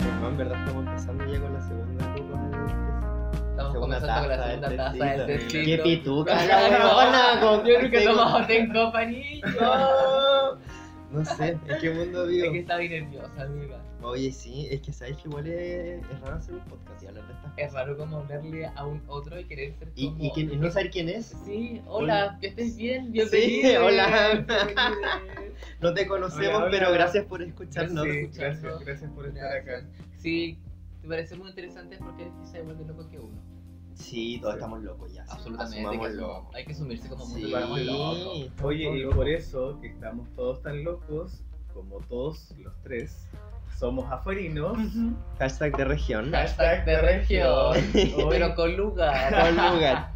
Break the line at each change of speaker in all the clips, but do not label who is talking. en verdad estamos empezando ya con la segunda copa del test.
Estamos
Segunda
comenzando con la
taza del
segunda taza
testito.
del testito.
¡Qué pituca
Claro,
la huevona!
Yo
con-
nunca he
tengo-
tomado Ten Company.
No. No sé, ¿en qué mundo
Es que
vivo?
está bien nerviosa, amiga.
Oye, sí, es que sabes que igual es, es raro hacer un podcast y hablar de estas cosas.
Es raro como hablarle a un otro y querer ser
Y,
como...
y que- y no saber quién es,
Sí, hola, que estés bien, bienvenido.
Sí, hola. no te conocemos,
Hola, hola.
pero gracias por escucharnos.
Sí,
escuchando.
gracias, gracias por estar acá.
Sí, te parece muy interesante porque eres quizá igual de loco que uno.
Sí, todos
Sí.
estamos locos ya. sí,
Absolutamente. Hay que,
asumámoslo.
asum- hay que asumirse como mundo
Sí.
muy loco.
Oye, y
Loco.
por eso que estamos todos tan locos, como todos los tres, somos afuerinos.
Hashtag de región.
Hashtag de región.
Hoy-
Pero con lugar.
Con lugar.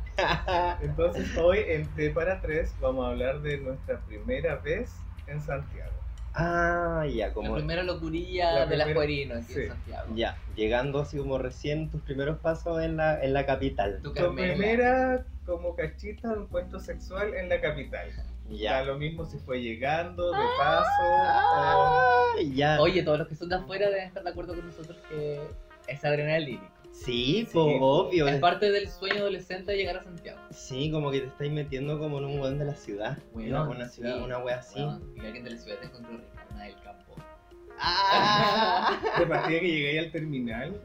Entonces hoy en T para Tres vamos a hablar de nuestra primera vez en Santiago.
Ah, ya,
La
como.
primera locurilla
La
de las
primera-
Cuerinos aquí en
sí.
Santiago.
Ya, llegando así como recién tus primeros pasos en la, en la capital.
Tu
Tu
Carmela.
primera como cachita de un puesto sexual en la capital. Da
Ya.
lo mismo si fue llegando,
Ah.
de paso, o...
Ah, ya.
Oye, todos los que son de afuera deben estar de acuerdo con nosotros que es adrenalínico.
Sí, po,
Sí, po.
obvio.
Es parte del sueño adolescente de llegar a Santiago.
Sí, como que te estáis metiendo como en un weón de la ciudad.
Weón,
una, una
sí.
ciudad, una wea así.
Weón, Y alguien de la ciudad te encontró rica, una del campo.
Ah.
De partida que llegué ahí al terminal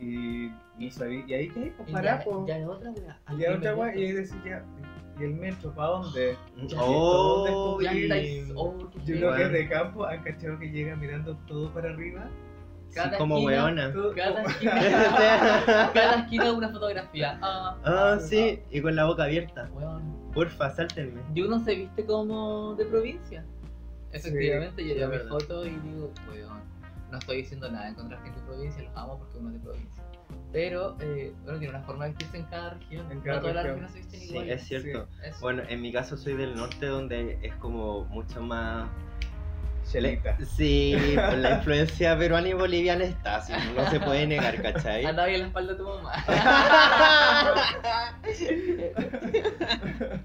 y no sabía... ¿Y ahí qué hay? Pues
Y
pará,
ya-
po.
Ya es otra wea.
Y a otra guay, y ahí decía, ¿y el metro para dónde?
oh,
Ya
y-
estáis. Oh,
Yo
qué
creo que
Bueno.
de campo han cachado que llega mirando todo para arriba.
sí,
cada
como
esquina-
weona.
Todo-
Cada esquina,
ah,
cada esquina una fotografía. Ah,
Oh, sí, y con la boca abierta.
weón.
Porfa, sáltenme.
Y uno se viste como de provincia. Efectivamente, yo
sí,
veo
es
mi
verdad.
foto y digo, weón, no estoy diciendo nada en contra de la gente de provincia, los amo porque uno es de provincia. Pero eh, uno tiene una forma de vestirse en cada región.
En cada
no todas las
región.
regiones se visten
Sí,
igual.
es cierto.
Es-
Bueno, en mi caso soy del norte donde es como mucho más
Chelita.
Sí, pues la influencia peruana y boliviana está, así, no se puede negar, ¿cachai?
Anda bien la espalda de tu mamá.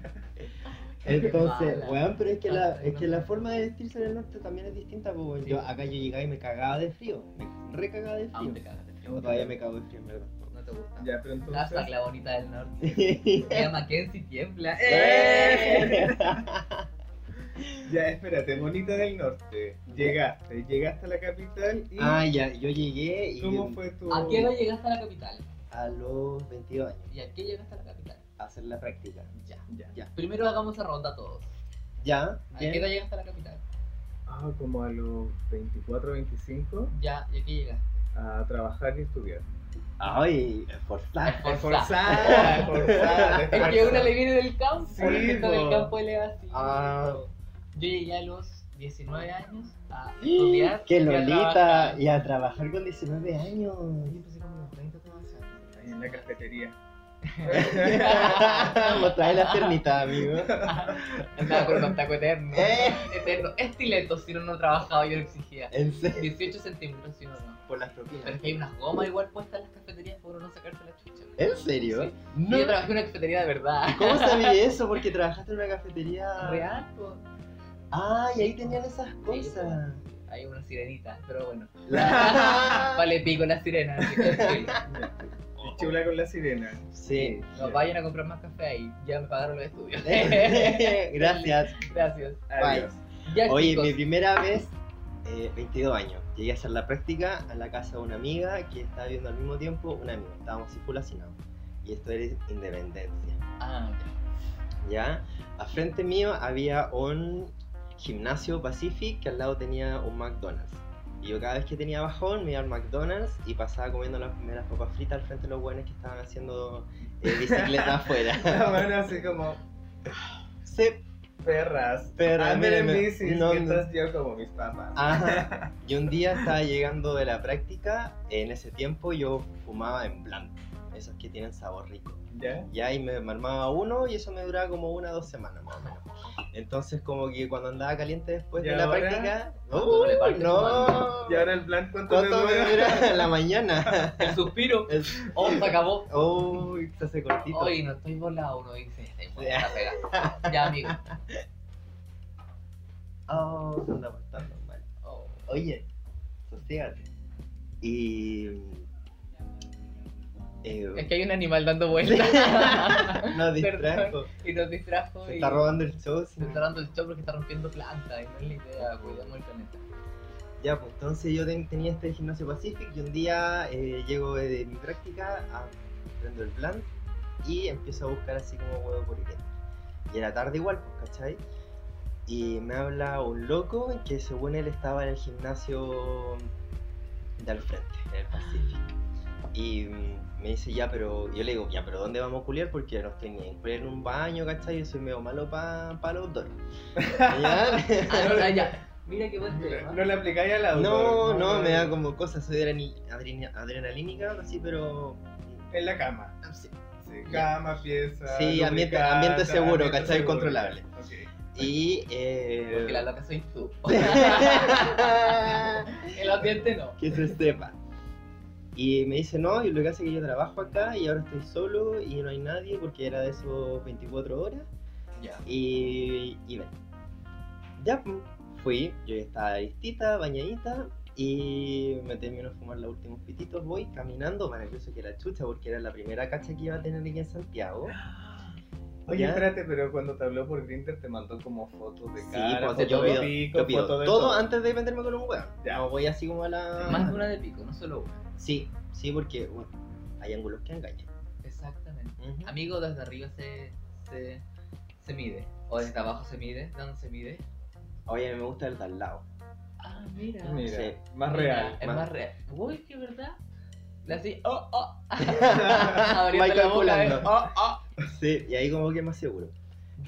Entonces,
Mala.
weón, pero es que, la, es que la forma de vestirse en el norte también es distinta, pues weón. yo acá yo llegaba y me cagaba de frío, me re cagaba de
Ah, no te
frío.
cagas de frío.
O todavía me cago de frío, en verdad.
No te gusta.
Ya, pero
Hashtag
entonces...
la bonita del norte.
¡Eh!
Mira, Mackenzie tiembla. ¡Eh!
Ya, espérate, Bonita del Norte. Llegaste, llegaste a la capital y...
ah, ya, yo llegué y
¿Cómo fue tu...?
¿A qué hora llegaste a la capital?
a los 22 años
¿Y a qué llegaste a la capital?
a hacer la práctica.
Ya.
Ya.
Primero hagamos esa ronda todos.
Ya,
¿A
bien.
qué edad llegaste a la capital?
Ah, como a los 24, 25,
Ya, ¿y a qué llegaste?
a trabajar y estudiar.
Ay, esforzar.
Forzada, forzada.
Es que una le viene del campo,
Sí,
el que está
po.
del campo le da así.
Ah.
Yo llegué a los 19 años a estudiar.
Que
y a
¡Ah! Lolita
trabajar.
y a trabajar con 19 años.
Yo empecé como a los 30 todas
Ahí en la cafetería.
Vamos, trae la ternita, amigo.
Andaba con un taco eterno.
Eh.
Eterno. Estileto, si no, no trabajaba, yo lo exigía.
En serio.
18 centímetros, si no, no.
Por las
Pero
propinas.
es que hay unas gomas igual puestas en las cafeterías para uno no sacarse la chucha.
¿En serio?
Sí.
No.
Y Yo trabajé en una cafetería de verdad.
¿Cómo sabía eso? Porque trabajaste en una cafetería.
Real, po.
Ah, y ahí tenían esas cosas.
Hay una sirenita, pero bueno.
La-
Vale pico la sirena. así que filo.
Y chula con la sirena.
Sí.
No vayan a comprar más café ahí. Ya me pagaron los estudios.
Gracias.
Gracias.
Adiós.
Ya,
Oye,
chicos.
mi primera vez, eh, 22 años. Llegué a hacer la práctica a la casa de una amiga que estaba viendo al mismo tiempo un amigo. Estábamos así full hacinados. Y esto era independencia.
Ah, ya.
¿ya? A frente mío había un gimnasio Pacific que al lado tenía un McDonald's. Y yo cada vez que tenía bajón me iba al McDonald's y pasaba comiendo las primeras papas fritas al frente de los buenos que estaban haciendo eh, bicicleta
La
afuera.
mano así como,
Se
perras.
Perra,
Anden en
miren,
bicis,
no, Ah. no.
mientras yo como mis papás.
Ajá. Y un día estaba llegando de la práctica, en ese tiempo yo fumaba en blanco, esos que tienen sabor rico.
¿Ya?
Ya, y me, me armaba uno y eso me duraba como una o dos semanas más o menos. Entonces, como que cuando andaba caliente después
¿Y
de la
ahora? Uh,
práctica, pues,
¿Cómo le parte
¡Uy, no!
Y ahora el plan, ¿cuánto, te
¿Cuánto me
dura?
dura la mañana?
El suspiro.
Es-
Oh, se acabó.
¡Uy, se hace cortito!
Oye, no estoy volado, uno dice. "Este, "Estoy volado, la pega". Ya, amigo.
¡Oh, se anda portando mal!
Oh.
Oye, sostígate. Y. eh,
Es que hay un animal dando vueltas.
nos distrajo.
y nos distrajo.
Se
y
está robando el show. sí.
Se está dando el show porque está rompiendo plantas. Y no es la idea, cuidamos el planeta.
Ya, pues entonces yo ten- tenía este gimnasio Pacific y un día eh, llego de mi práctica, a- prendo el plan y empiezo a buscar así como huevo por iré. Y era tarde igual, pues, ¿cachai? Y me habla un loco que según él estaba en el gimnasio de al frente, en el Pacific. Y mm, me dice, ya, pero yo le digo, ya, pero ¿dónde vamos a culiar? Porque no estoy ni en culiar en un baño, ¿cachai? Yo soy medio malo para los dos. ¿Ya?
Ah, no, ya. Mira qué buen tema.
No le aplicáis al auto.
No, no, me da como cosas, soy adrenali- adrena- adrenalínica, así, pero...
En la cama.
Ah, Sí.
Sí, cama, pieza.
Sí, ambiente-
lubricante,
ambiente seguro,
ambiente
¿cachai?
seguro.
Controlable.
Ok.
Y... eh,
Porque la loca soy tú. el ambiente no.
que se sepa. Y me dice, no, y lo que hace es que yo trabajo acá y ahora estoy solo y no hay nadie porque era de esos 24 horas.
Ya.
Y, y ven. Ya pu, fui, yo ya estaba listita, bañadita, y me termino de fumar los últimos pititos, voy caminando, más nervioso que la chucha, porque era la primera cacha que iba a tener aquí en Santiago.
Oye,
¿Ya?
espérate, pero cuando te habló por Grindr te mandó como fotos de
Sí,
cara,
pues, yo
fotos de
pido-
pico,
yo pido
fotos
todo,
de
antes de meterme con un weón.
Ya.
No voy así como a la...
Más de una de pico, no solo una.
Sí, sí, porque bueno, hay ángulos que engañan.
Exactamente.
Ujú.
Amigo, desde arriba se, se, se mide. O desde abajo se mide. ¿De dónde se mide?
Oye, a mí me gusta el de al lado.
Ah, mira.
Mira,
Sí.
más
Mira,
real.
Es
más-
más, real. Uy, qué verdad. Le así, oh, oh.
Vai
Abriendo la boca,
calculando.
eh, oh, oh.
Sí, y ahí como que más seguro.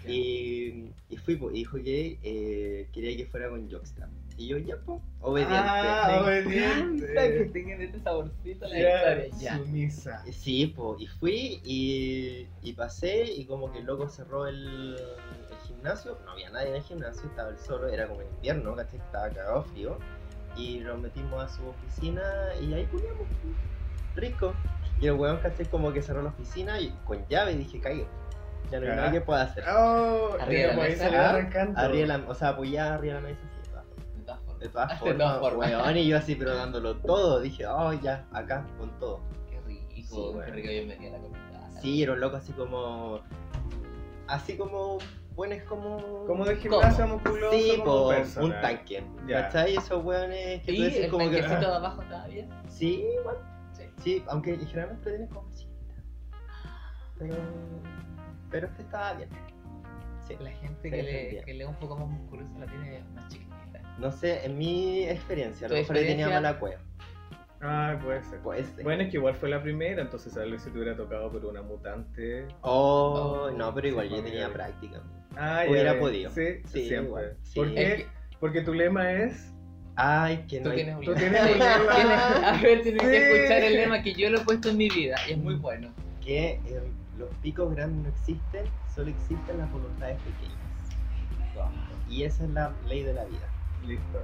Ya.
Y, y fui, po, y dijo que eh, quería que fuera con Jockstrap. Y yo, ya, po, obediente.
Ah,
Me
Encanta que
obediente.
tengan este saborcito la
Ya,
historia. Ya.
sumisa.
Sí, po, y fui y, y pasé y como que el loco cerró el, el gimnasio, no había nadie en el gimnasio, estaba el solo, era como en invierno, ¿cachai? Estaba cagado frío. Y nos metimos a su oficina y ahí culiamos, po, rico. Y el weón, ¿cachai? Como que cerró la oficina y con llave y dije, caí. Ya no hay nada que pueda hacer.
Oh,
Arriba de la
como ahí
mesa.
salió arrancando.
Arriba la- o sea, apoyada arriba de la mesa, así, abajo.
De todas
De
formas,
todas
De
formas,
todas formas.
weón, y yo así, pero dándolo todo, dije, oh, ya, acá, con todo.
Qué
Sí,
rico, qué
bueno.
rico yo metí a la comida.
Sí, era un loco así como... Así como... Bueno, es como...
Como de gimnasia musculosa.
Sí,
como
po,
personal.
un tanque.
Ya.
¿Cachai? Esos weones que
Y
tú decís
el
como que... ah.
tanquecito de abajo estaba bien.
Sí, igual.
Sí.
Sí, aunque generalmente tienen como chiquita. Pero... Pero este estaba bien. Sí.
La gente
Sí,
que, le,
sentía.
que le es un poco más musculosa la tiene más chiquitita.
No sé, en mi experiencia, a lo
¿Tu
mejor ahí tenía
experiencia?
mala cueva.
Ah, puede ser.
Pues, sí.
Bueno, es que igual fue la primera, entonces tal vez si te hubiera tocado por una mutante.
Oh,
Oh,
no, pero igual
sí,
yo
familia.
tenía práctica.
Ah, ya
Hubiera
ves.
podido.
Sí,
Sí,
siempre.
igual. Sí.
¿Por
Es
qué? Porque tu lema es.
Ay, que
Tú
no hay-
tienes un
tú
lema.
tienes un
Tienes-
lema.
A ver, tienes que
Sí. Mm.
escuchar el lema que yo lo he puesto en mi vida y es muy bueno.
que eh, los picos grandes no existen, solo existen las voluntades pequeñas. Y esa es la ley de la vida.
Listo.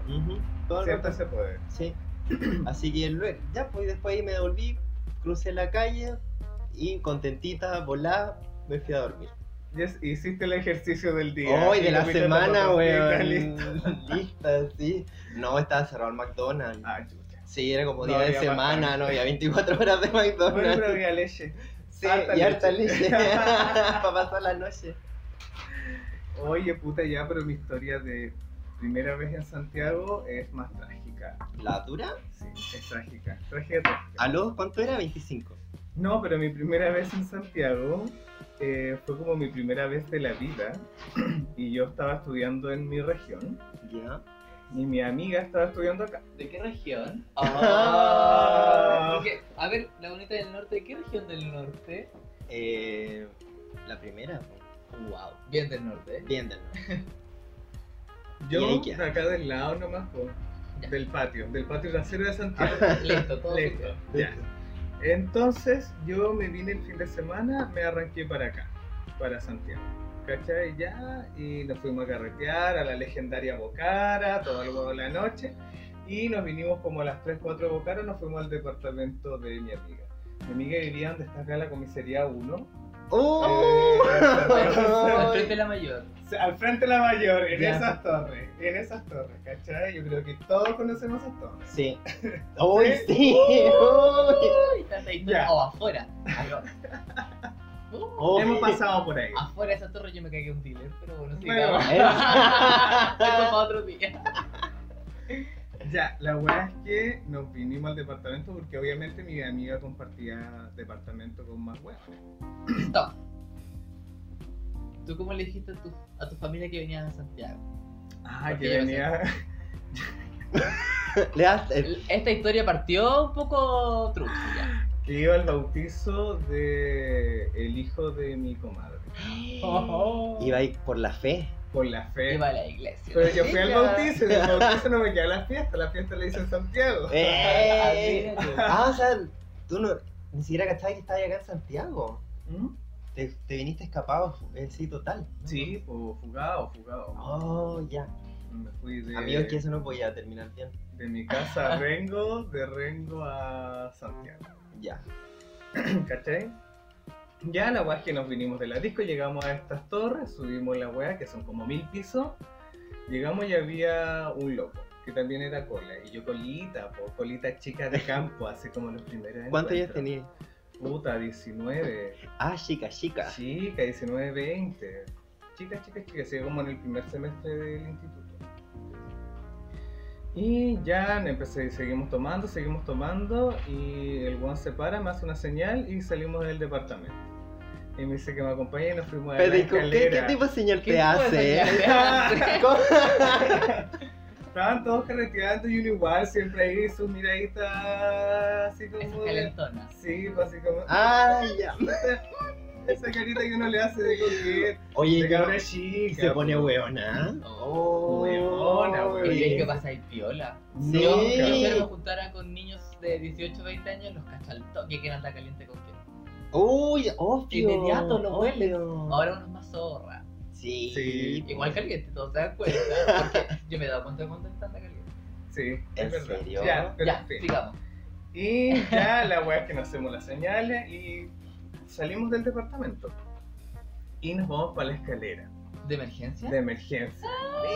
Todo el
Siempre
rato-
se puede.
Sí. Así que luego, ya, pues después ahí me devolví, crucé la calle y contentita, volá, me fui a dormir.
Yes, hiciste el ejercicio del día.
Hoy
Y
de la
comiste
semana,
papas fritas,
weón.
listo.
Lista, sí. No, estaba cerrado el McDonald's.
Ah, chucha.
Sí, era como
No
día de
había
semana,
McDonald's.
no había 24 horas de
Bueno,
McDonald's.
pero había leche.
sí,
harta
y harta leche.
leche.
Para pasar la noche.
Oye, puta, ya, pero mi historia de primera vez en Santiago es más trágica.
¿La dura?
Sí, es trágica. Trágica, trágica.
¿Aló? ¿Cuánto era? 25.
No, pero mi primera vez en Santiago eh, fue como mi primera vez de la vida y yo estaba estudiando en mi región
Ya.
y mi amiga estaba estudiando acá.
¿De qué región?
Ah.
Porque, a ver, la bonita del norte, ¿de qué región del norte?
Eh, la primera. po.
Wow, bien del norte, ¿eh?
Entiéndanlo.
Yo
¿Y ahí qué?
de acá del lado nomás, po,
Ya.
del patio, del patio trasero de Santiago.
Listo, todo
Listo, ya. Entonces yo me vine el fin de semana, me arranqué para acá, para Santiago. ¿Cachai? Ya, y nos fuimos a carretear a la legendaria Bocara, todo el huevo de la noche. Y nos vinimos como a las 3, 4 de Bocara, nos fuimos al departamento de mi amiga. Mi amiga vivía donde está acá la comisaría 1,
¡Oh!
Al frente de la mayor.
O sea, al frente de la mayor, en
Ya.
esas torres, en esas torres, ¿cachai? Yo creo que todos conocemos esas torres.
Sí. ¡Uy, sí! ¡Uy!
Uy, está esa historia.
Ya.
O afuera. Pero- Uh,
¡Uy!
Hemos pasado por ahí.
afuera de esa torre yo me cagué un dealer, pero bueno, sí.
Bueno.
cabrón.
Eh.
Eso para otro día.
Ya, la weá es que nos vinimos al departamento porque obviamente mi amiga compartía departamento con más weá.
Stop. ¿Tú cómo le dijiste a tu, a tu familia que venías a Santiago?
Ah,
Porque
que
yo
venía.
Le das eh, el-
Esta historia partió un poco truco ya.
que iba al bautizo de el hijo de mi comadre.
Iba a ir por la fe.
Por la fe.
Iba a la iglesia.
Pero yo fui al
Mira.
bautizo y en el bautizo no me quedé a la fiesta, la fiesta la hice en Santiago.
¡Eh!
Así es.
Ah, o sea, tú no, ni siquiera cachabas que estabas acá en Santiago.
¿Mm?
Te, te viniste escapado, eh, sí, total.
Sí, o fugado, fugado.
Oh, ya.
Me fui de,
Amigos, que eso no podía terminar bien.
de mi casa a Rengo, de Rengo a Santiago.
Ya.
¿Cachai? Ya la weá es que nos vinimos de la disco, llegamos a estas torres, subimos la weá, que son como mil pisos. Llegamos y había un loco, que también era cola. Y yo colita, po, colita chica de campo, así como los primeros
¿Cuántos años
encuentros.
tenías?
Puta, 19.
Ah, chica, chica.
Chica, 19, 20. Chicas, chicas, chicas, sigue como en el primer semestre del instituto. Y ya empecé, seguimos tomando, seguimos tomando y el guan se para, me hace una señal y salimos del departamento. Y me dice que me acompañe y nos fuimos a la
Pero, ¿y con ¿qué, ¿qué
escalera.
tipo de señal
¿Qué
te hace?
puedes hacer?
Estaban todos carreteando y uno igual siempre ahí sus miraditas así
Esa
como... de-
calentona.
Sí, pues, así como...
ah, ya.
Esa carita que uno le hace de coquete.
Oye,
De cabra
cabrón,
chica.
se pone
pues.
hueona. Oh,
Hueona,
Pero
hueona.
¿Crees que pasa ahí piola?
Sí.
Yo,
Nunca.
si yo me juntara con niños de 18, 20 años, los cacho al toque que eran la caliente con que.
Uy, obvio.
Inmediato lo hueles.
obvio.
Ahora uno es más zorra.
Sí.
Sí.
Igual caliente, todos se dan cuenta. Porque yo me he dado cuenta de cuánto están la caliente.
Sí,
¿En
es verdad.
serio?
Ya, pero
Ya,
en fin.
sigamos.
Y ya la weá es que nos hacemos las señales y salimos del departamento. Y nos vamos para la escalera
¿De emergencia?
de emergencia.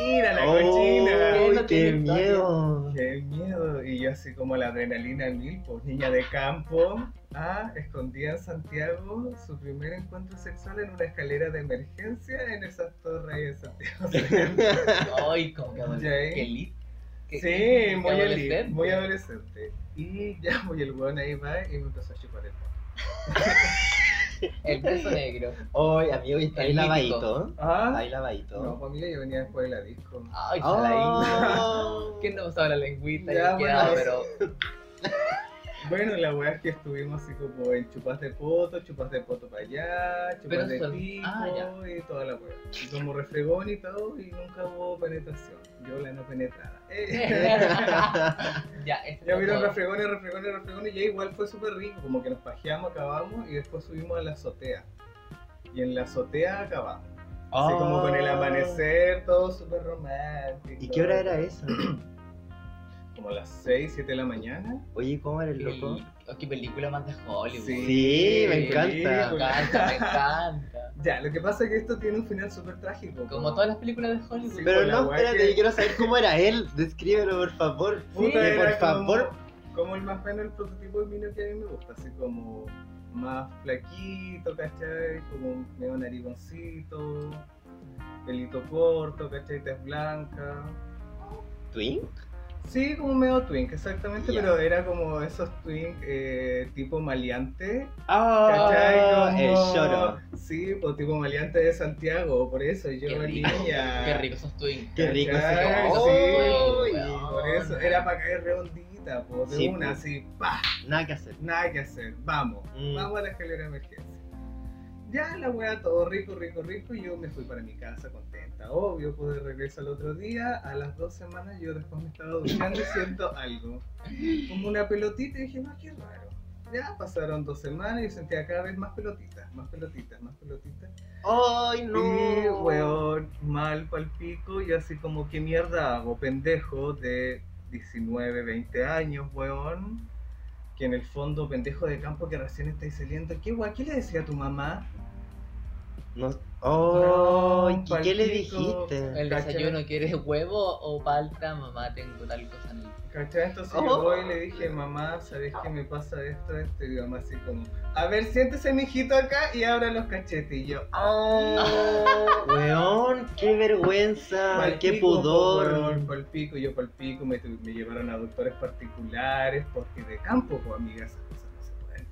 Mira la
Uy,
cochina.
no
qué
tiene historia.
miedo.
Qué miedo. Y yo así como la adrenalina mil, pues niña de campo. Ah, escondida en Santiago, su primer encuentro sexual en una escalera de emergencia en esas torres de Santiago.
Ay, como que adolescente.
Ya,
Qué
¿eh?
elite. Qué- qué-
Sí,
qué
muy adolescente. muy
adolescente.
adolescente. Y ya, muy el weón ahí va y me empezó a chupar el palo.
El beso negro.
Hoy, amigo, y está
El
ahí
mítico.
lavadito. Está
Ah,
ahí lavadito.
no, familia, yo venía después de la disco.
Ay, saladín.
Oh.
¿Quién no usaba la lengüita? Ya,
Ya, bueno,
pero.
Bueno, la weá es que estuvimos así como en chupas de poto, chupas de poto para allá,
Pero
chupas
eso-
de pico
ah, ya.
y toda la weá. Y como refregón y todo, y nunca hubo penetración. Yo la no penetrada. Eh.
ya, este
Ya vieron
todo.
refregones, refregones, refregones, y ya igual fue súper rico, como que nos pajeamos, acabamos y después subimos a la azotea. Y en la azotea acabamos. Así como con el amanecer, todo súper romántico.
Ah. ¿Y qué hora era eso?
Como las 6, 7 de la mañana.
Oye, ¿cómo era el
Qué
loco?
li- oh, Qué película más de Hollywood.
Sí, me encanta.
Me
película.
encanta, me encanta.
Ya, lo que pasa es que esto tiene un final súper trágico.
Como todas las películas de Hollywood.
Sí,
Pero
con la
no,
weá
espérate,
que-
yo quiero saber cómo era él. Descríbelo, por favor.
Puta,
Que,
era
por favor.
Como, como el más bueno, el prototipo de mino que a mí me gusta, así como más flaquito, ¿cachai? Como medio narigoncito, pelito corto, ¿cachai? Tez blanca.
¿Twin?
Sí, como medio twink, exactamente,
Ya.
pero era como esos twink eh, tipo maleante,
Ah,
¿cachai? Como-
el choro.
Sí, o tipo maleante de Santiago, por eso yo
Qué rico.
niña.
Qué rico esos twins.
Qué rico
Ay,
ese
sí,
Uy,
weón.
Por eso era para caer redondita, po, de
Sí,
una
po.
así, pa,
Nada que hacer.
nada que hacer, vamos,
Mm.
vamos a la escalera de emergencia. Ya la weá, todo rico, rico, rico, y yo me fui para mi casa contenta, obvio, pues de regreso al otro día, a las dos semanas yo después me estaba duchando y siento algo, como una pelotita, y dije, no, qué raro. Ya pasaron dos semanas y sentía cada vez más pelotitas, más pelotitas, más pelotitas.
¡Ay, no!
Y, weón, mal pal pico. Yo así como, ¿qué mierda hago? Pendejo de 19, 20 años, weón. Que en el fondo, pendejo de campo que recién estáis saliendo. ¿Qué weón? ¿Qué le decía a tu mamá?
No. ¡Oh!
No,
¿y ¿Qué le
palpico.
dijiste?
¿El
Cacha.
desayuno quieres huevo o palta? Mamá, tengo tal cosa en el...
¿Cachai? Entonces
Oh.
yo voy y le dije, mamá, ¿sabes qué me pasa esto? Esto y mi mamá así como, a ver, siéntese mijito acá y abra los cachetes. Y yo, ¡oh!
Weón, qué vergüenza,
Pa'l
qué
pico, po,
pudor.
weón, pa'l pico, yo pal pico, me, tu- me llevaron a doctores particulares, porque de campo, pues amigas, esas cosas no se pueden.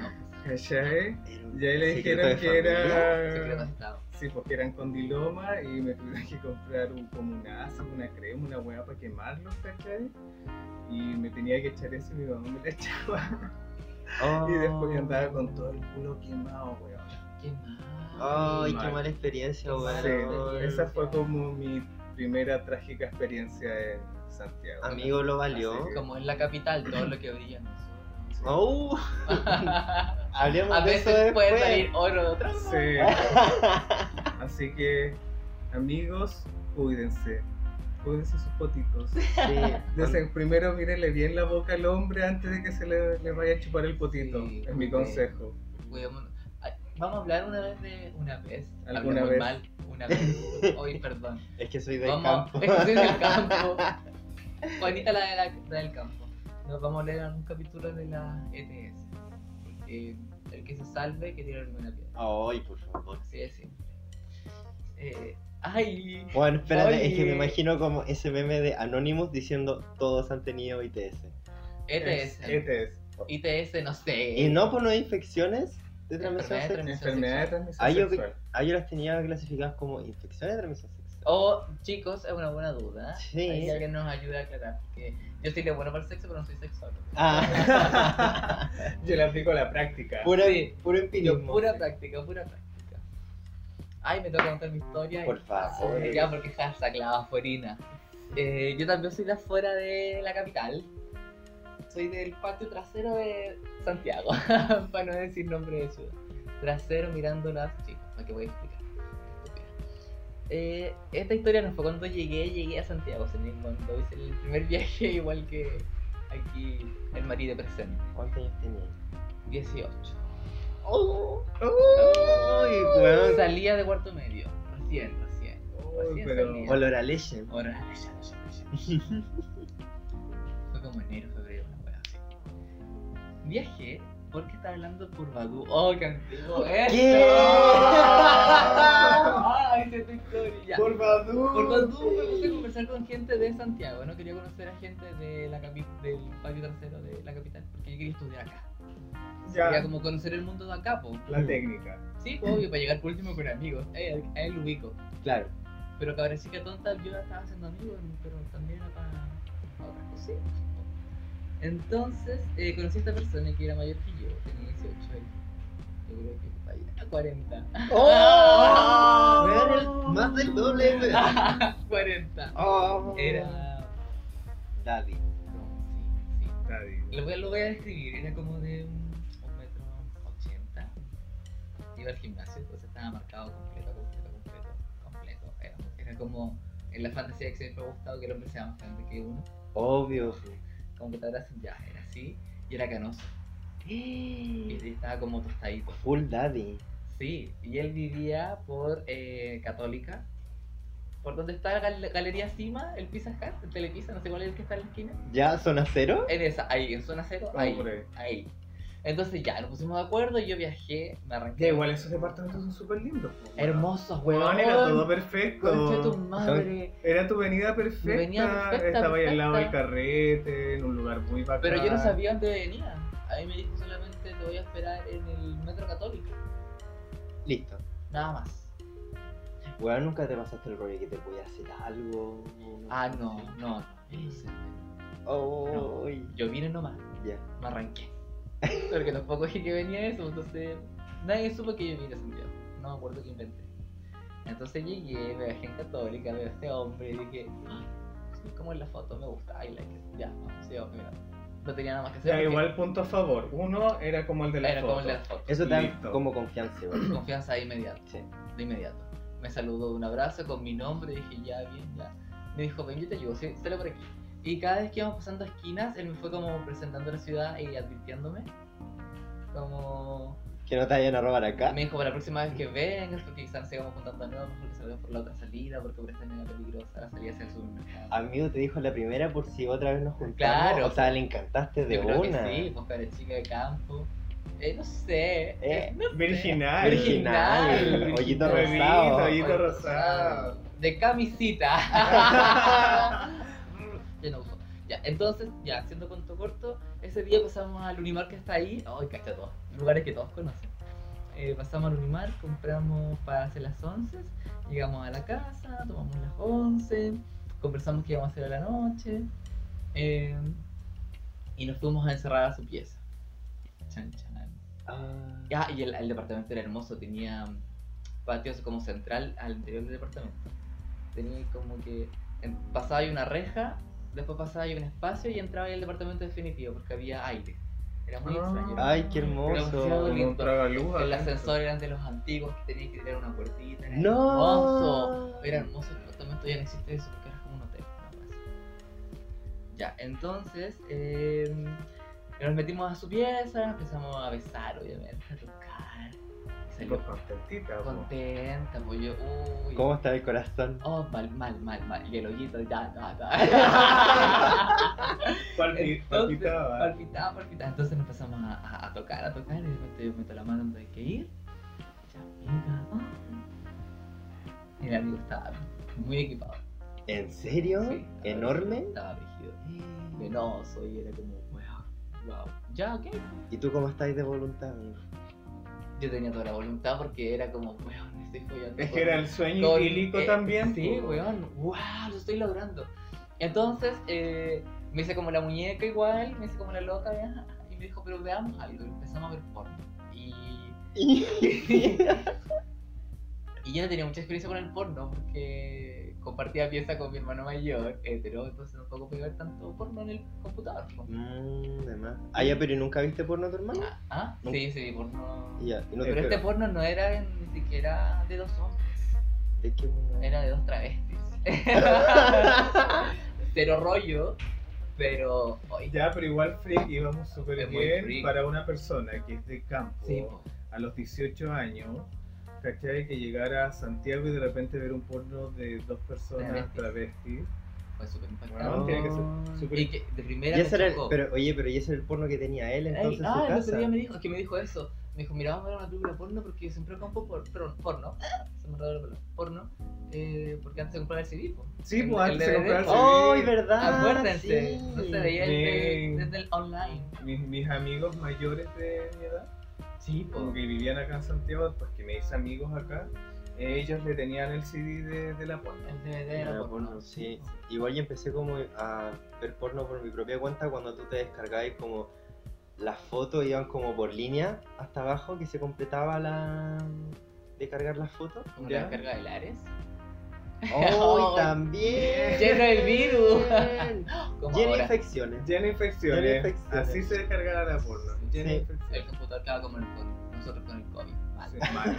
No, pues,
¿Cachai?
Era
Y ahí le
secreto de
dijeron que
familia.
secreto de
era.
estado.
Sí, porque eran condiloma y me tuvieron que comprar un, como un ácido, una crema, una hueá para quemarlos, ¿cachai? Y me tenía que echar eso y mi mamá me la echaba.
Oh.
Y después yo andaba con todo el culo quemado, weón.
Qué mal.
Ay, qué
Mal.
mala experiencia,
Sí,
weón.
esa fue como mi primera trágica experiencia en Santiago.
Amigo, lo valió.
Así
Como es la capital, todo lo que brilla en nosotros.
Sí.
Oh,
A
hablemos de eso
veces
después.
puede salir oro de otra forma.
Sí. Así que, amigos, cuídense. Cuídense sus potitos.
Sí.
Dicen, primero mírenle bien la boca al hombre antes de que se le, le vaya a chupar el potito.
Sí,
es mi
ok.
consejo.
Cuidémonos. Ay, Vamos a hablar una vez de. Una vez. Hablé
Alguna
muy
vez.
mal. Una vez. Hoy, perdón.
Es que soy del
Vamos.
campo.
Es que soy del campo. Juanita, la, de la, la del campo. Nos vamos a leer algún capítulo de la ETS. Porque el que se salve, que tiene alguna piedra.
Ay, por favor.
Así de simple. Eh, ay.
Bueno, espérate, es que me
Oye.
imagino como ese meme de Anonymous diciendo todos han tenido ITS.
ETS.
ETS.
ITS, no sé.
E Y no por no infecciones de transmisión
Enfermedad de
sexual.
Enfermedad de transmisión
Ah, yo-
sexual.
Ah, yo las tenía clasificadas como infecciones de transmisión sexual.
O, Oh, chicos, es una buena duda.
Sí.
Ahí alguien nos ayuda a aclarar. Porque yo soy de bueno para el sexo, pero no soy sexual.
Ah,
Yo le aplico la práctica.
pura,
Sí.
puro
Yo,
empirismo.
pura
sí.
práctica, pura práctica. Ay, me toca contar mi historia. y-
Por favor.
Sí, Ya, porque estás saclada afuerina. Eh, yo también soy de afuera de la capital. Soy del patio trasero de Santiago, para no decir nombre de ciudad. Trasero mirando las chicas, ¿para qué voy a explicar? Estúpida. Eh, esta historia no fue cuando llegué, llegué a Santiago, sino cuando hice el primer viaje, igual que aquí el marido presente.
¿Cuántos años tenía?
18.
Uy, weón.
Salía de cuarto medio, recién, recién.
Uy, pero
Recién salía.
Olor a Legend.
Ahora, ya, ya, ya, ya. Fue como enero, febrero, una wea así. Viajé porque estaba hablando por Badoo. ¡Oh, qué antiguo esto!
¿Qué?
¡Ay, esa es tu historia!
Por Badoo.
Por Badoo me puse a conversar con gente de Santiago. No quería conocer a gente de la capi- del patio trasero de la capital porque yo quería estudiar acá. Quería
Ya,
como conocer el mundo de acá, po.
la técnica.
Sí, po, obvio, para llegar por último con amigos. Eh, a él lo ubico.
Claro.
Pero cabrón, sí que tonta, yo la estaba haciendo amigos, pero también era para para otras cositas. Entonces, eh, conocí a esta persona que era mayor que yo, tenía 18 años. Yo creo que ah, para allá, 40.
¡Oh! Weón, el- más del doble. weón.
40.
Oh.
ah, Era.
Daddy.
No, sí,
Está bien.
sí. Lo voy, a- lo voy a describir, era como de un, un metro 80. Iba al gimnasio, entonces estaba marcado completo, completo, completo, completo. Era, era como en la fantasía que siempre me ha gustado que el hombre sea más grande que uno.
Obvio.
como que te abrazan, ya, era así, y era canoso. Y él estaba como tostadito.
Full daddy.
Sí, y él vivía por eh, Católica, por donde está la gal- Galería Cima, el Pizza Hut, el Telepizza, no sé cuál es el que está en la esquina.
¿Ya zona cero?
En esa, ahí, en zona cero, ahí,
Hombre.
ahí. Entonces ya, nos pusimos de acuerdo y yo viajé, me arranqué.
Ya, igual esos departamentos son súper lindos. po, weón.
Hermosos,
Weón,
huevón.
era todo
Concha tu
perfecto.
madre.
Era tu venida perfecta.
Mi venida perfecta,
Estaba ahí al lado del
perfecta.
carrete, en un lugar muy bacán.
Pero yo no sabía dónde venía. A mí me dijo solamente te voy a esperar en el Metro Católico.
Listo.
Nada más.
Weón, nunca te pasaste el rollo que te podía hacer algo.
Ah, no, no.
Oh,
Yo vine nomás,
Ya.
me arranqué. Porque tampoco dije que venía eso, entonces nadie supo que yo vine a Santiago. No me acuerdo qué inventé. Entonces llegué, me bajé en Católica, veo a este hombre y dije, "Ah, soy como en la foto, me gusta, I like it. Ya, vamos, sigamos caminando. No tenía nada más que hacer.
Ya,
porque
igual punto a favor. Uno era como el de la
Era
foto.
como en la foto.
Eso te da
Listo.
como confianza, weón.
Confianza de inmediato.
Sí.
De inmediato. Me saludó de un abrazo con mi nombre, dije ya, bien, ya. Me dijo, ven, yo te ayudo, sí, sale por aquí. Y cada vez que íbamos pasando esquinas, él me fue como presentando la ciudad y advirtiéndome. Como,
Que no te vayan a robar acá.
Me dijo para la próxima vez que vengas, porque quizás sigamos contando nuevos, porque se por la otra salida, porque por esta media peligrosa la salida hacia el supermercado.
Amigo, te dijo la primera por si otra vez nos juntamos.
Claro.
O sea, le encantaste de
Yo creo
una.
Que sí, pues cara chica de campo. Eh, no sé.
Eh,
no sé.
Virginal.
Virginal.
Virginal.
Ollito
Huevito,
rosado.
ollito. rosado.
De camisita. ya no uso. Ya, entonces, ya, haciendo cuento corto, ese día pasamos al Unimar que está ahí. Ay, cacha, todos. Lugares que todos conocen. Eh, pasamos al Unimar, compramos para hacer las 11. Llegamos a la casa, tomamos las 11. Conversamos qué íbamos a hacer a la noche. eh, y nos fuimos a encerrar a su pieza. Chan, chan.
Ah,
Ah, y el, el departamento era hermoso, tenía patios como central al interior del departamento. Tenía como que en- pasaba ahí una reja, después pasaba ahí un espacio y entraba ahí el departamento definitivo porque había aire. Era muy
Ah.
extraño.
Ay, qué
Demasiado
hermoso.
lindo.
Como un tragaluz.
El
adentro.
ascensor eran de los antiguos que tenían que tirar una puertita. Era
No.
Hermoso. Era hermoso el departamento, ya no existe eso porque era como un hotel. una cosa así. Ya, entonces eh, nos metimos a su pieza, empezamos a besar, obviamente, a tocar. Y salió
Con contentita, po.
contenta, pues yo, uy.
¿Cómo está el corazón?
Oh, mal, mal, mal, mal. Y el hoyito, ya, ya, ya.
Palpi-
Entonces,
Palpitaba.
Palpitaba, palpitaba. Entonces nos empezamos a, a- a tocar, a tocar. Y de repente yo meto la mano donde hay que ir. Ya, amiga. ah. Y el amigo estaba muy equipado.
¿En serio?
Sí, estaba-
¿Enorme?
Estaba brígido. Venoso y era como, wow, wow. Ya, ok.
¿Y tú cómo estáis de voluntad, amigo?
Yo tenía toda la voluntad porque era como, weón, este estoy follando.
Es
con-
que era el sueño
con-
idílico
eh,
también. pues.
Sí,
po.
weón. ¡Wow! Lo estoy logrando. Entonces, eh, me hice como la muñeca igual, me hice como la loca, ¿ya? y me dijo, pero veamos algo. Y empezamos a ver porno. Y. y yo no tenía mucha experiencia con el porno porque compartía pieza con mi hermano mayor, hetero, entonces tampoco podía ver tanto porno en el computador. po.
Mmm, demás. Ah, ya, pero ¿y nunca viste porno a tu hermano?
Mm, Ah, ¿Ah? Sí, sí, porno.
Ya, y no te
Pero este
creo.
porno no era en- ni siquiera de dos hombres.
¿De qué mundo?
Era de dos travestis. Cero rollo, pero. oye,
Ya, pero igual Freak íbamos súper
Es muy
bien
freak.
para una persona que es de campo
Sí, po.
a los 18 años, ¿cachai? Que llegara a Santiago y de repente ver un porno de dos personas travestis.
fue súper impactante.
Bueno, tiene que ser súper
Y que de primera.
Ah, Y ese
me
era el-
chocó.
pero, oye, pero ¿y ese era el porno que tenía él
Ey,
entonces en
ah,
su
el otro
casa?
día me dijo, es que me dijo eso. Me dijo, mira, vamos a ver una película porno porque yo siempre compro por, por- porno. Se me enredó la palabra, Porno. eh, porque antes se compraba el CD, po.
Sí,
El-
pues
el
antes de
DVD,
comprar
po.
¡Ay, verdad!
Acuérdense,
sí.
no se veía el-
Bien.
desde el online.
mis, mis amigos mayores de mi edad,
Sí, po.
como que vivían acá en Santiago, pues que me hice amigos acá, ellos le tenían el CD de, de la porno.
El DVD
Era
era
porno, Ah, sí. Igual yo empecé como a ver porno por mi propia cuenta cuando tú te descargabas como las fotos iban como por línea hasta abajo que se completaba la de cargar las fotos.
Como
Ya.
la descarga de Lares.
¡Oh, también!
Lleno de virus. Como
Lleno de
ahora.
infecciones.
Llena de infecciones.
Llena de infecciones.
eh, Así se descargaba la porno. Llena de
Sí.
El
infecciones.
computador estaba como el COVID. Nosotros con el COVID. Mal,
Sí,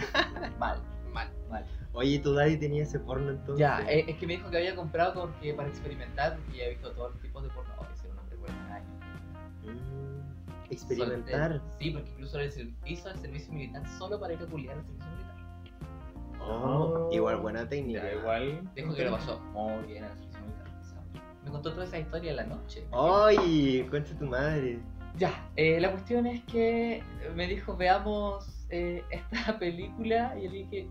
mal,
mal.
mal, mal.
Oye, tu daddy tenía ese porno entonces.
Ya, eh, es que me dijo que había comprado porque para experimentar y había visto todos los tipos de porno. Oh, ese era un hombre bueno, un año.
Mm, experimentar.
Soltero. Sí, porque incluso él se- hizo el servicio militar solo para ir a culiar el servicio militar.
Oh,
Oh.
igual buena técnica.
Ya, igual.
Dijo que lo pasó muy bien en el servicio militar. o sea, Me contó toda esa historia en la noche.
¡Ay! Concha tu madre.
Ya, eh, la cuestión es que me dijo, veamos eh, esta película, y yo le dije,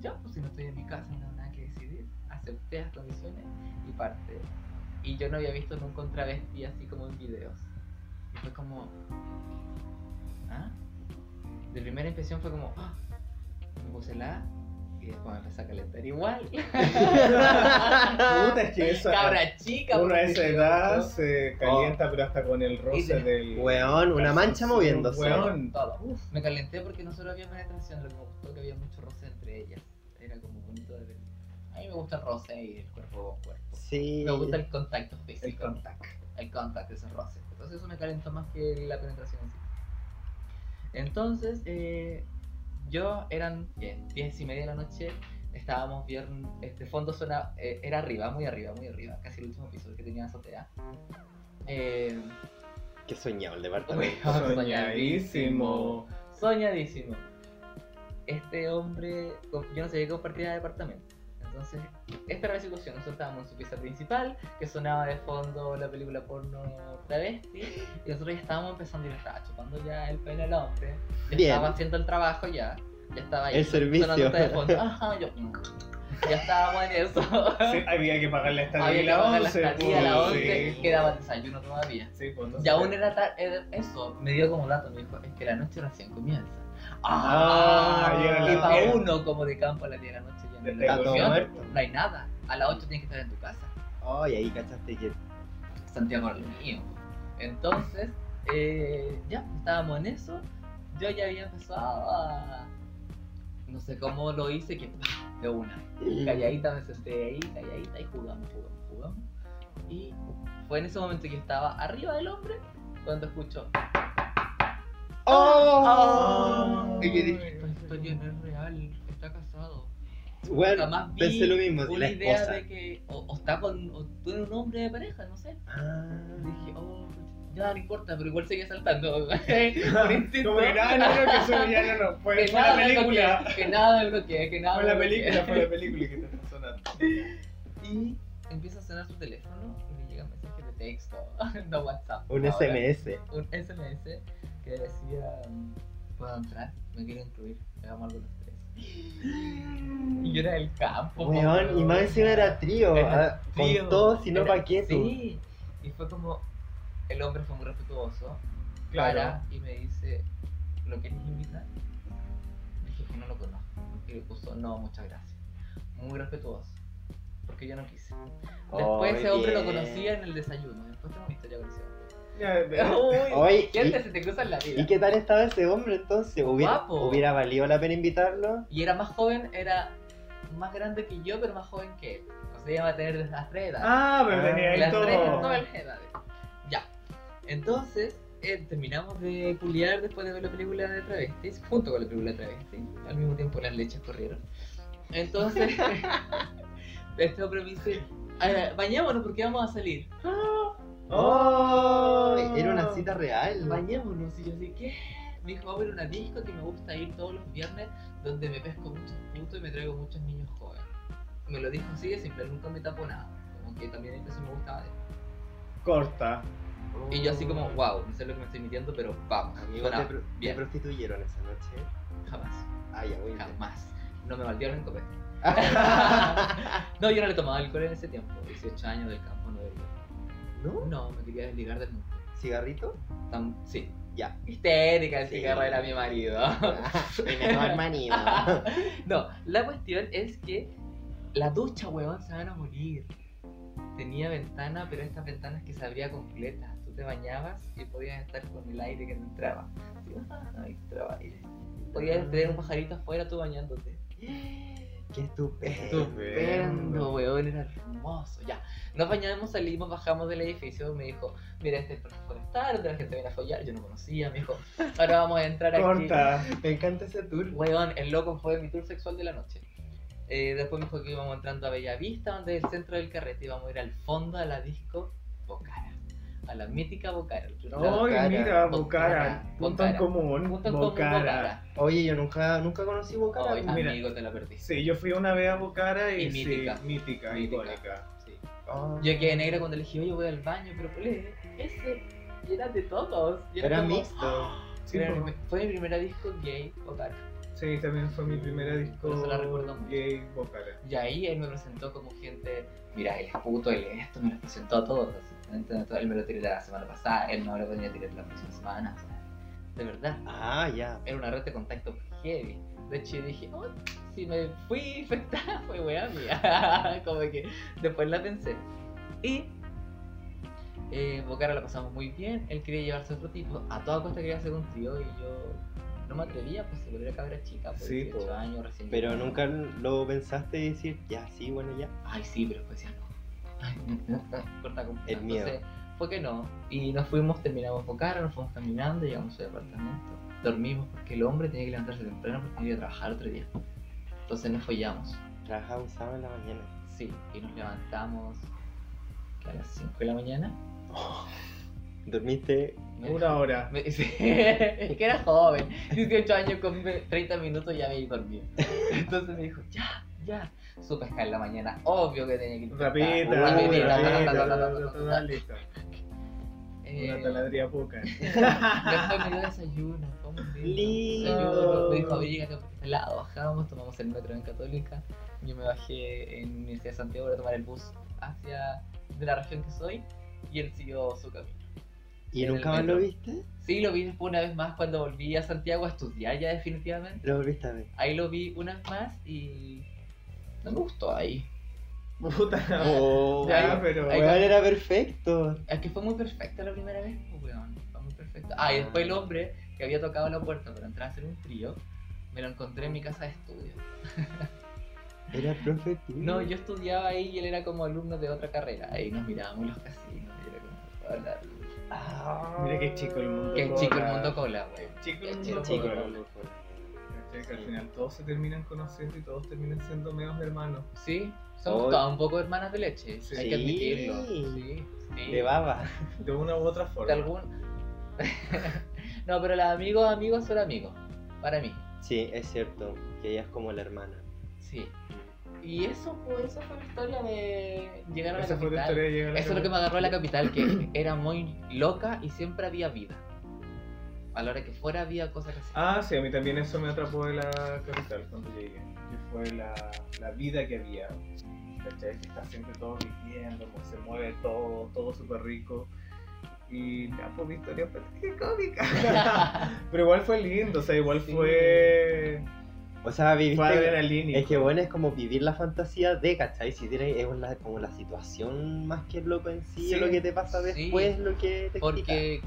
ya, pues si no estoy en mi casa, no tengo nada que decidir. Acepté las condiciones y parte. Y yo no había visto nunca un travesti así como en videos. Y fue como, ¿ah? De primera impresión fue como, ¡ah! Me puse la A, y después me empecé a calentar igual.
Puta, es que esa.
Cabra chica,
Uno a
porque
esa
yo-
edad se calienta, pero hasta con el
Y
roce
de-
del.
Weón, una mancha moviéndose.
Weón.
Todo. Me calenté porque no solo había penetración, lo que me gustó que había mucho roce entre ellas. Era como bonito de ver. A mí me gusta el roce y el cuerpo con cuerpo.
Sí.
Me gusta el contacto físico.
El contacto.
El contacto, ese roce. Entonces eso me calentó más que la penetración en sí. Entonces, eh, yo eran ¿qué? 10 y media de la noche. Estábamos bien. Este fondo suena. eh, era arriba, muy arriba, muy arriba. Casi el último piso que tenía azotea. Eh,
Qué soñado el departamento.
Weón,
Soñadísimo.
soñadísimo. Este hombre, com- yo no sabía que compartía departamento. Entonces, esta era la situación. Nosotros estábamos en su pieza principal, que sonaba de fondo la película porno travesti, y nosotros ya estábamos empezando a ir al racho, cuando ya el pelo al hombre ya
Bien.
estaba haciendo el trabajo ya, ya estaba ahí.
El servicio.
sonando de fondo. Ajá, yo, mm. ya estábamos en eso.
Sí, había que pagar la estadía
Había
y
que pagar la
11,
estadía a
pues,
la
sí.
11, quedaba el desayuno todavía.
Sí, pues, entonces-
Y aún era tarde, eso, me dio como dato, me dijo, es que la noche recién comienza.
Ah, y era la
y para
hora.
uno como de campo a las 10 de la noche ya no hay
Está todo
opción,
muerto.
no hay nada. A las 8 tienes que estar en tu casa.
Ay, ahí cachaste que.
Santiago mío. Entonces, eh, ya, estábamos en eso. Yo ya había empezado a... No sé cómo lo hice, que ¡pah! de una.
Mm.
Calladita me senté ahí, calladita y jugamos, jugamos, jugamos. Y fue en ese momento que estaba arriba del hombre cuando escucho.
Ah,
¡Oh!
Y yo dije, esta historia no es real, está casado.
Bueno,
Jamás vi
pensé lo mismo,
Una
la
idea
esposa.
de que. O, o está con. O tiene un hombre de pareja, no sé.
Ah.
Dije, oh, ya no importa, pero igual seguía saltando. Por instinto.
Como que nada, no creo que eso ya no, no. Fue,
Que
fue la
nada me
película.
bloquee, que nada me bloquee, que nada
Fue
me
la
bloquee.
película, fue la película que te está sonando.
Y empieza a sonar su teléfono y me llega un mensaje de texto, no WhatsApp.
Un
ahora.
SMS.
un SMS que decía, puedo entrar, me quiero incluir, hagamos algo los tres. Y yo era del campo.
Weón,
po,
y más encima era trío.
Era
ah,
trío.
Con todo, si no,
Era-
pa' qué tú.
Sí, y fue como, el hombre fue muy respetuoso, para, y me dice, ¿lo quieres invitar? Le dije que no lo conozco, y le puso, no, muchas gracias. Muy respetuoso, porque yo no quise. Después
Ay,
ese hombre lo
bien.
conocía en el desayuno, después tengo una historia con ese hombre.
Ya, de-
Uy,
Oye,
gente
y-
se te cruza en la vida.
¿Y qué tal estaba ese hombre entonces? ¿Hubiera,
Guapo.
¿Hubiera valido la pena invitarlo?
y era más joven, era más grande que yo, pero más joven que él. O sea, iba a tener las tres edades.
Ah, pero
Ah,
tenía ahí
las
todo.
tres novelas edades. Ya. Entonces, eh, terminamos de puliar después de ver la película de travestis, junto con la película de travestis. Al mismo tiempo las leches corrieron. Entonces, este hombre me dice, "Ah, bañémonos porque vamos a salir.
Oh,
Ay, Era
Ah.
una cita real.
Bañémonos. Y yo así, ¿qué? Me dijo, vamos a ir a una disco que me gusta ir todos los viernes, donde me pesco muchos putos y me traigo muchos niños jóvenes. Me lo dijo así de simple, nunca me tapó nada. Como que también eso me gustaba de él.
corta.
Y yo así como, wow, no sé lo que me estoy mintiendo, pero vamos.
Amigo,
Sonaba.
te, pro- te
bien,
prostituyeron esa noche.
jamás,
Ay, Ah, ya, muy bien.
jamás. No me maldieron en copete. no, yo no le tomaba alcohol en ese tiempo. 18 años del campo, no debería.
¿No?
No, me quería desligar del mundo.
¿Cigarrito?
Tan- sí.
Ya.
Histérica el
Sí. Ah,
cigarro era mi marido.
Mi mejor marido.
No, la cuestión es que la ducha, weón, se van a morir. Tenía ventana, pero estas ventanas que se abría completa. Tú te bañabas y podías estar con el aire que te entraba. Así, ah, ahí entraba aire. Podías tener un pajarito afuera tú bañándote.
Qué estupendo.
Estupendo, weón, era hermoso. Ya, nos bañamos, salimos, bajamos del edificio. Me dijo, mira, este es el forestal, donde la gente viene a follar. Yo no conocía, me dijo, ahora vamos a entrar aquí.
Corta.
Me encanta ese tour.
Weón, el loco fue mi tour sexual de la noche. Eh, después me dijo que íbamos entrando a Bellavista, donde es el centro del carrete. Íbamos a ir al fondo a la disco Bocara. A la mítica Bocara.
Ay, mira, Bocara.
Bocara.
Punto en
Bocara.
común.
Junto en común
Bocara.
Bocara.
Oye, yo nunca, nunca conocí Bocara.
Ay,
mira.
amigo, te la perdí.
Sí, yo fui una vez a Bocara y,
Y
sí,
mítica.
mítica,
Mítica.
icónica.
Sí.
Oh.
Ah, Yo quedé negra cuando le dije, oye, voy al baño, pero ole, ese era de todos. Y
Era
como-
mixto.
Sí,
Era-
po.
fue mi primera disco gay Bocara.
Sí, también fue mi primera disco
Por eso la recuerdo mucho.
gay Bocara.
Y ahí él me presentó como gente, mira, él es puto, él es esto, me lo presentó a todos. Entonces, él me lo tiré la semana pasada, él no lo venía a tirar la próxima semana. o sea, de verdad,
Ah, ya.
era una red de contacto heavy. De hecho, yo dije, oh, si me fui infectada, fue weá mía. como que después la pensé. Y eh, Bocara la pasamos muy bien, él quería llevarse a otro tipo, a toda costa quería hacer un trío y yo no me atrevía, pues igual era cabra chica, pues
Sí,
18
po.
años recién.
Pero
llegada.
nunca lo pensaste decir, ya, sí, bueno, ya.
Ay, sí, pero después decía no. Ay, no, no, no, corta con
El miedo.
Entonces, fue que no. Y nos fuimos, terminamos Bocara, nos fuimos caminando, llegamos a su departamento. Dormimos porque el hombre tenía que levantarse temprano porque tenía que trabajar otro día. Entonces nos follamos.
Trabajaba un sábado en la mañana.
Sí, y nos levantamos que a las 5 de la mañana.
Dormiste.
Una hora.
Me- sí, es que era joven, 18 años con ve- 30 minutos ya me iba a dormir. Entonces me dijo, ya, ya. Su pesca en la mañana, obvio que tenía que ir.
Rapidita,
Ah,
rapidita,
rapidita,
rapidita, listo. Una taladría poca.
Eh, Después me dio desayuno, fue un
Lindo.
desayuno, Me dijo, oye, llegate por este lado, bajamos, tomamos el metro en Católica. Yo me bajé en Universidad de Santiago para tomar el bus hacia de la región que soy y él siguió su camino.
¿Y
En el
nunca más
metro.
lo viste?
Sí, lo vi después una vez más cuando volví a Santiago a estudiar ya definitivamente.
Lo volviste a ver.
Ahí lo vi una vez más y no me gustó ahí.
Puta.
Oh,
Ya,
Ya,
weón,
pero.
ahí-
weón, era perfecto.
Es que fue muy perfecta la primera vez, pues, weón. Fue muy perfecta. Ah, y después el hombre que había tocado la puerta para entrar a hacer un trío, me lo encontré en mi casa de estudio.
Era profe tuyo.
Mm.
No, yo estudiaba ahí y él era como alumno de otra carrera. Ahí nos mirábamos los casinos. Y era como, hola.
Ah.
Mira qué chico el mundo.
Qué
cobra.
chico el mundo cola, weón.
Chico
Qué
el
chico
mundo.
Chico,
cobra.
no, no, no.
¿Cachai? Que al final todos se terminan conociendo y todos terminan siendo medios hermanos.
Sí, somos
Hoy-
todas un poco hermanas de leche.
Sí.
Hay que admitirlo. Sí, sí.
De baba.
De una u otra
De
forma.
algún. no, pero los amigos, amigos son amigos. Para mí.
Sí, es cierto, que ella es como la hermana.
Sí. Y eso, pues, esa fue mi historia de llegar a la
Esa fue tu
capital.
historia de llegar a la
Eso es lo que me
capital.
agarró a la capital, que era muy loca y siempre había vida. A la hora que fuera había cosas que hacer.
Ah, sí, a mí también eso me atrapó de la capital cuando llegué. Que fue la, la vida que había. ¿Cachai? Que está siempre todo viviendo, como se mueve todo, todo súper rico. Y ya fue una historia bastante cómica. Pero igual fue lindo, o sea, igual
Sí.
fue.
O sea, viviste.
Fue adrenalínico.
es que bueno, es como vivir la fantasía de, ¿cachai? Si tienes, es la- como la situación más que loco en sí,
Sí,
lo que te pasa
sí.
después, lo que te quita.
Porque,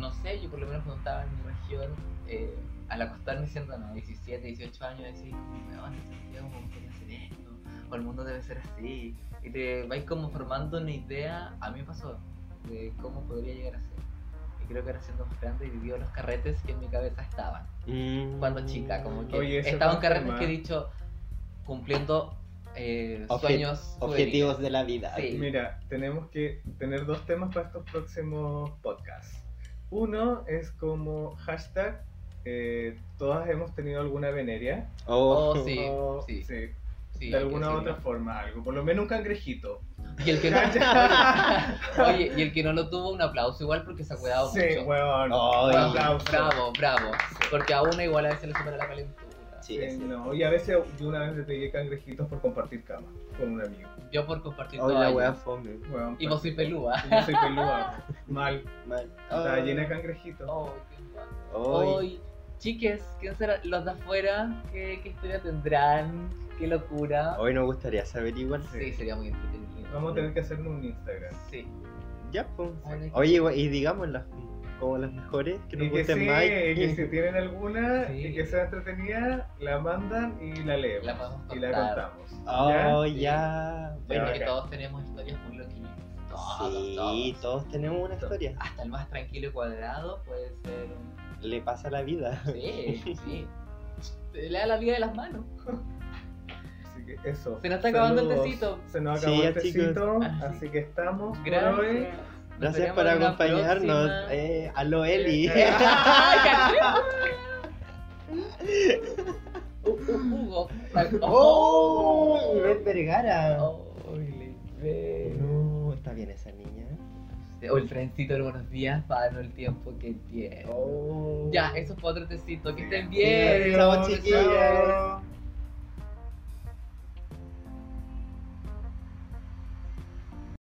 no sé, yo por lo menos cuando estaba en mi región, eh, al acostarme siendo no, 17, 18 años, decís, como, weón, en Santiago me gustaría hacer esto, o el mundo debe ser así. Y te vais como formando una idea, a mí me pasó, de cómo podría llegar a ser. Y creo que ahora siendo más grande y vivido los carretes que en mi cabeza estaban.
Mm.
Cuando chica, como que
Oye, eso
estaban
confirma.
carretes que he dicho, cumpliendo eh,
Obje-
sueños.
Objetivos de la vida.
Sí.
Mira, tenemos que tener dos temas para estos próximos podcasts. Uno es como hashtag, eh, todas hemos tenido alguna veneria.
Oh,
Oh, sí.
o-
juveniles. Sí,
de
hay que
alguna u
decirlo.
otra forma, algo. Por lo menos un cangrejito.
Y el que no, Oye, y el que no lo tuvo, un aplauso igual porque se ha cuidado
sí,
mucho.
huevón.
Ay,
Bravo,
Un aplauso.
bravo, bravo. Porque a una igual a veces le supera la calentura.
Sí,
Sí,
es cierto.
no, y a veces yo una vez le pegué cangrejitos por compartir cama con un amigo.
Yo por compartir
Oh,
todo
la wea fome.
Huevón, pues,
Y vos soy pelúa.
Yo soy pelúa. Mal.
Mal.
Estaba
Oh.
llena de cangrejitos.
Oh, qué guapo.
Ay.
Hoy, chiques, ¿quién será? Los de afuera, ¿qué, qué historia tendrán? ¿Qué locura?
Hoy nos gustaría saber igual.
Sí, sería muy entretenido.
Vamos a tener que hacernos un Instagram.
Sí.
Ya, pues.
Hola,
Oye, igual- y digámoslas como las mejores, que nos
Y que,
gusten
sí,
más.
y que si tienen alguna
Sí.
y que sea entretenida, la mandan y la leemos.
La podemos
y la
contar.
contamos.
Oh,
Sí.
ya.
Bueno,
Bueno,
que
acá.
todos tenemos historias muy loquillas. Todos,
sí,
todos.
todos. tenemos una historia.
Hasta el más tranquilo y cuadrado puede ser un
Le pasa la vida.
Sí, sí. Le da la vida de las manos.
Así que eso.
Se nos está acabando el
Saludos.
tecito.
Se nos acabó
Sí,
el
ya, chicos.
tecito,
Así-
así que estamos por hoy.
Gracias. Nos
Gracias
veremos
por
en una
acompañarnos.
próxima.
Eh, aló, Eli.
Ay, caché. Uh, uh, Hugo.
¡Oh! Ivette Vergara.
Oh, le veo.
No, está bien esa niña. ¿eh?
O el trencito de buenos días para no el tiempo que tiene.
Oh.
Ya, eso fue otro tecito. Que estén
Sí,
bien.
Chao,
Adiós,
chiquillas.
chao.